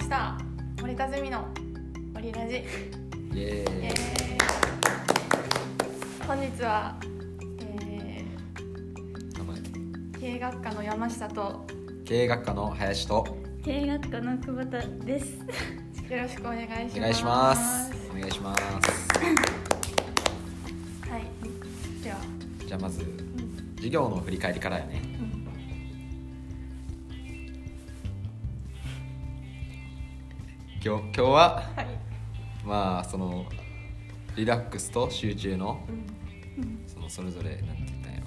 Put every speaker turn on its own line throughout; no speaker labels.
した森田ゼミの森ラジ、え
イエーイ
ー本日は、え
名前
ー経営学科の山下とよ
経営学科の林と
経営学科の久保田です。
ろしくお願いします
お願いしますお願いします
はいでは、
じゃあまず授業の振り返りからやね
うん
今日今日は
はい、
まあそのリラックスと集中の
うん
そのそれぞれなんて言ったんやろ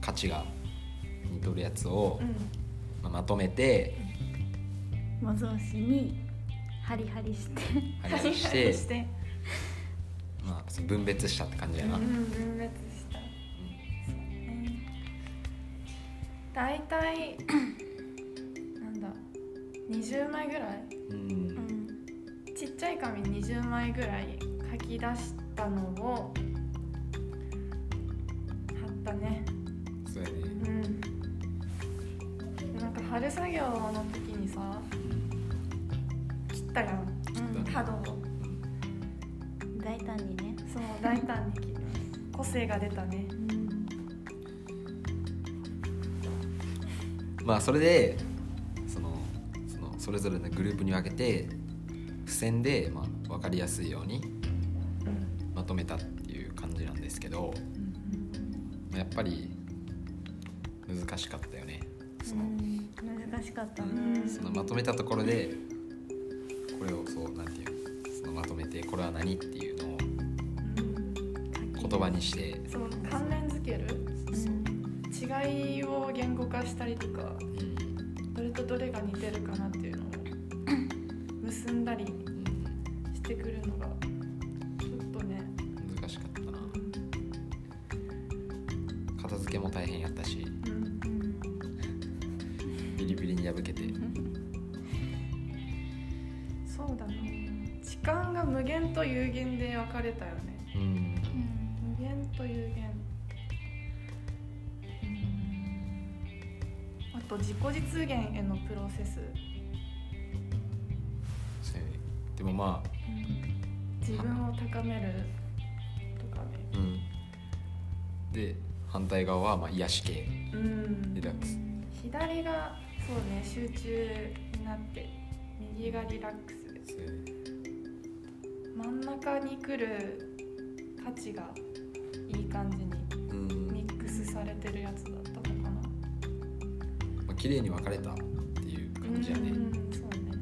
価値が似とるやつを、まあ、まとめて
模造紙にハリハリして、
話し
はい
て、
して
まあ、その分別したって感じや
うん
な、
分別した大体なんだ20枚ぐらい、
うん
ちっちゃい紙20枚ぐらい書き出したのを貼ったね
そうやね
うんでなんか春作業の時にさ切ったやん、
ったね
角を
大胆にね。
そう大胆に切る個性が出たね
まあそれでそのそのそれぞれのグループに分けて付箋で、まあ、分かりやすいようにまとめたっていう感じなんですけど、まあやっぱり難しかったよねその,、
難しかった
う
ね。
ん
そのまとめたところでこれをそうなんていうのそのまとめてこれは何っていうのを言葉にして、
その関連づける
うん
違いを言語化したりとか
うん
どれとどれが似てるかなっていうのを結んだり
うん
してくるのがちょっとね
難しかったな片付けも大変やったし
うん
ビリビリに破けて
そうだな時間が無限と有限で分かれたよね
うん
無限と有限あと自己実現へのプロセス
そうやねでもまあ、
自分を高めるとかね
うん、で反対側はまあ癒し系
うん
リラックス
左がそうね集中になって右がリラックスです
そうやね
真ん中に来る価値がいい感じに
うん
ミックスされてるやつだったのかな
まあ綺麗に分かれたっていう感じやね
うんそうね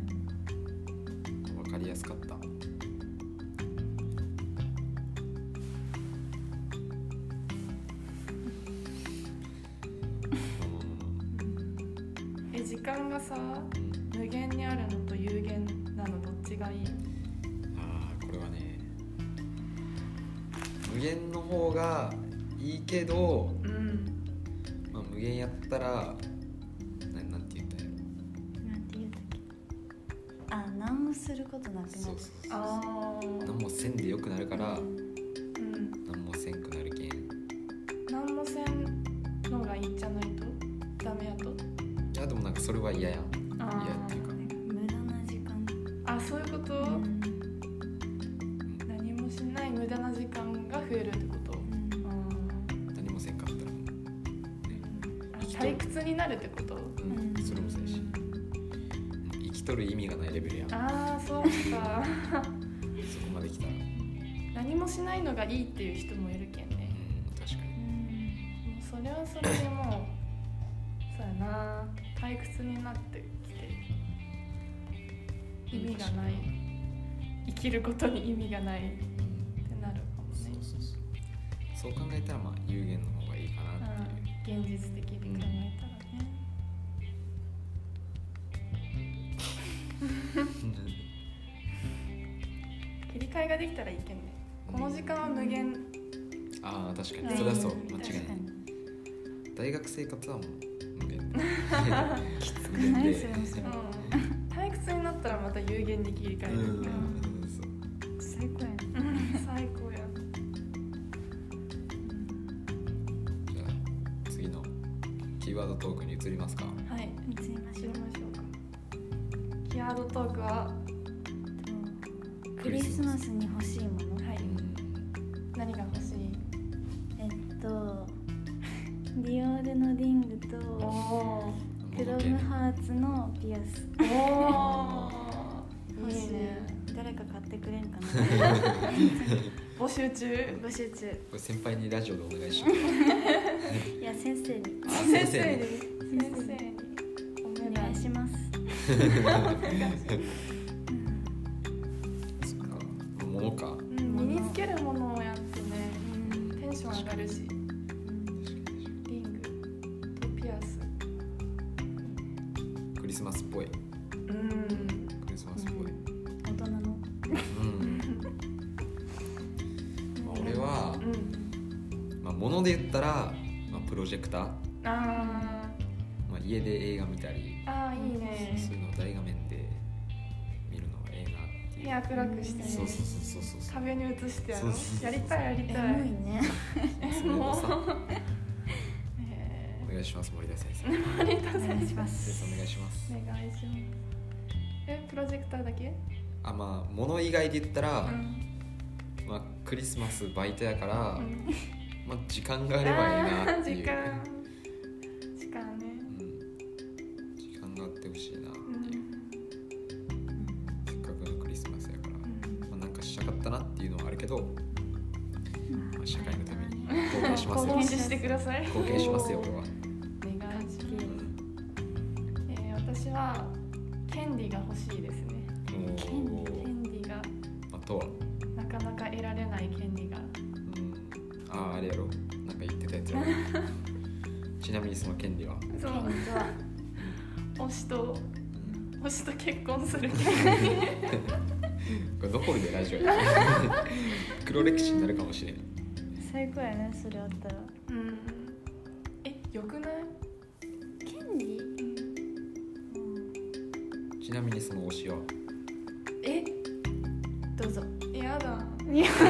分かりやすか ったうん
え時間がさ無限にあるのと有限なのどっちがいい
あーこれはね無限の方がいいけど、
うん
まあ、無限やったらななんて言ったんやろ
なんて言うたっけ。あ、何もすることなくなる。
そうそうそう
ああう
何もせんでよくなるから
ん
何もせんくなるけんい
何もせんのがいいじゃないとダメやと
やでもなんかそれは嫌やん
あー
嫌っていうか
無駄な時間。
あそういうこと、
うん
何もしない無駄な時間が増えるってこと
うん
何もせんかったら
あ退屈になるってこと
うん、それもせんし生きとる意味がないレベルやんそこ
ああそうか
まで来たらうん
何もしないのがいいっていう人もいるけんね
確かに
もうそれはそれでもうそうやな退屈になってきて意味がない生きることに意味がないって
うん
なるかも
そう
ね
そうそうそう考えたらまあ有限の方がいいかなっていう
うん現実的に考えたらね、切り替えができたらいいけんねこの時間は無限
ああ確
う
か
ん
にそれはそう間違
確
い
か
ない
に
大学生活はもう無限きつく
ないそれもそれ
うん 退屈になったらまた有限に切り替え
う
る
ん、そう
最高やね。
最高や
じゃあ次のキーワードトークに移りますか。
はい
移りま
知
し
り
ょう。
ましょうかキキーワードトークは
クリスマスに欲しいもの
はい何が欲しい
えっとディオールのリングと
おお
クロムハーツのピアス
おお
欲し
いい
い
ね
誰か買ってくれんかな
募集中
募集中
これ先輩にラジオでお願いします
いや先生に
あ
先生に先
先生
生
に
に
お願いします
そっかものか
うん身につけるものをやってね
うん
テンション上がるしリングとピアス
クリスマスっぽい
う
ク
ん
リスマスっぽい、
大人の
うんまあ、俺は、
うん
まあ、物で言ったら、まあ、プロジェクター、
あ
まあ、家で映画見たり
ーあーいいね
そういうのを大画面で見るのが映画っていう
部屋暗くしてね
そうそうそうそうそう
壁に映してやろ
そうそうそう
やりたいやり
エ
た
モい
い
ね
それをさ
え
お願いします森田先生先
ー森田
お願いし
先
ます
生お願いします
生お願いしますえプロジェクターだけ
あまあ物以外で言ったら、
うん
まあ、クリスマスバイトやから、
うん
まあ、時間があればいいなっていう
時間時間ね
うん、時間があってほしいなって
うん
いう、せっかくのクリスマスやから、
うん
まあ、なんかしたかったなっていうのはあるけど、まあ、社会のために貢献しますよ
貢 献してください
貢献しますよ俺は、
お願いします
うん、
えー私は権利が欲しいですね
おー
権利
権利が
あとは、
なかなか得られない権利が
うん、あああれやろなんか言ってたやつ やろちなみにその権利は、
そう
本当は
推しと
うん、
推しと結婚する権
これどこでラジオや 黒歴史になるかもしれん
最高やねそれあったら
利うんえよくない
権利
ちなみにその推しは
え
どうぞ
やだ
いや
やだ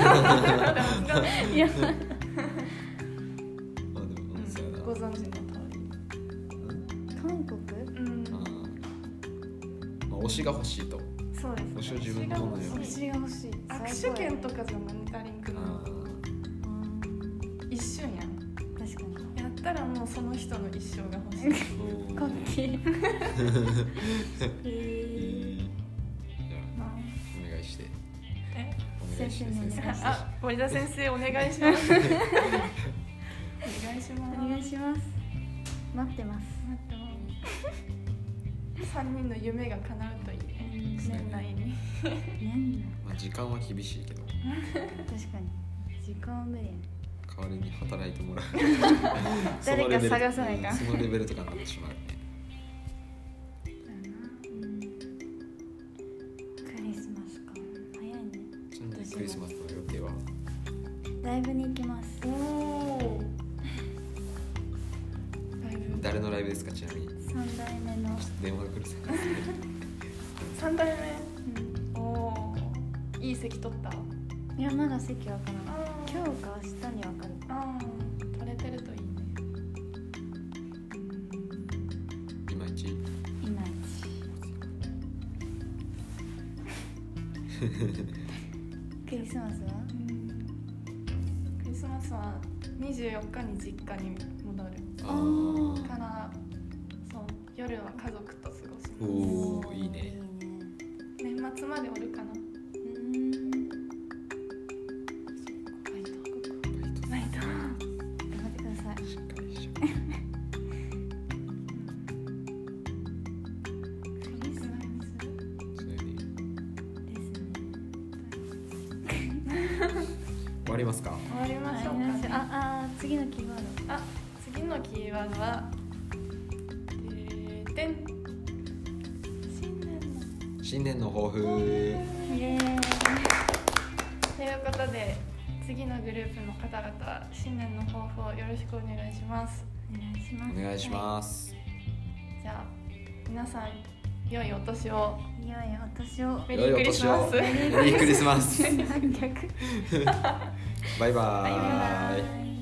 いや
まあでも、うん、そうやな
ご存知の通り
韓国
うん
あーまあ、推しが欲しいと
そうです
推しを自分のものに
推しが欲しい
私が欲しい
握手券とかじゃモニタリングの
うん
一瞬やん
確かに
やったらもうその人の一生が欲しい
かっけ
えー
え
じゃ
な
あお願いして
え
お願いして
先生にお願いします
あ森田先生お願いしますお願いします
お願いします待ってます
待って ます3人の夢が叶うといいね年内に
年
まあ、時間は厳しいけど
内確かに時間は無理やね
代わりに働いてもらう
誰
そのレ
か
ベル
探さないか
うんそのレベルとかになってしまうね
うんクリスマスか早いね
ちなみにクリスマスの予定は
ライブに行きます
おおライブ
誰のライブですかちなみに
三代目の、
電話が来るさ
3代
う
目おおいい席取った
ん、いやまだ席わからない
あ
今日か明日にわかる
あー取れてるといいね
いまいち
いまいちクリスマスは
うんクリスマスは24日に実家に戻る
あ
ー
あ
からそう夜は家族と過ごします
おーいいね
いいね
年末までおるかな
うーん
バイト
バ
バ
イト
イト
頑張ってください
しっかりしよ
クリスマス
うそういうふうに
ですね
終わりますか
終わりましょう
あ
か、ね、あ
あー次のキーワー
次のキーワードはてーてん新年の
新年の抱負
ドイエーイ
ということで次のグループの方々新年の抱負をよろしくお願いします
お願いします
お願いします、
じゃあ皆さん良いお年を
いよいよお年を
メリークリスマス
良いお年をメリークリスマス
逆
バイバーイ
イ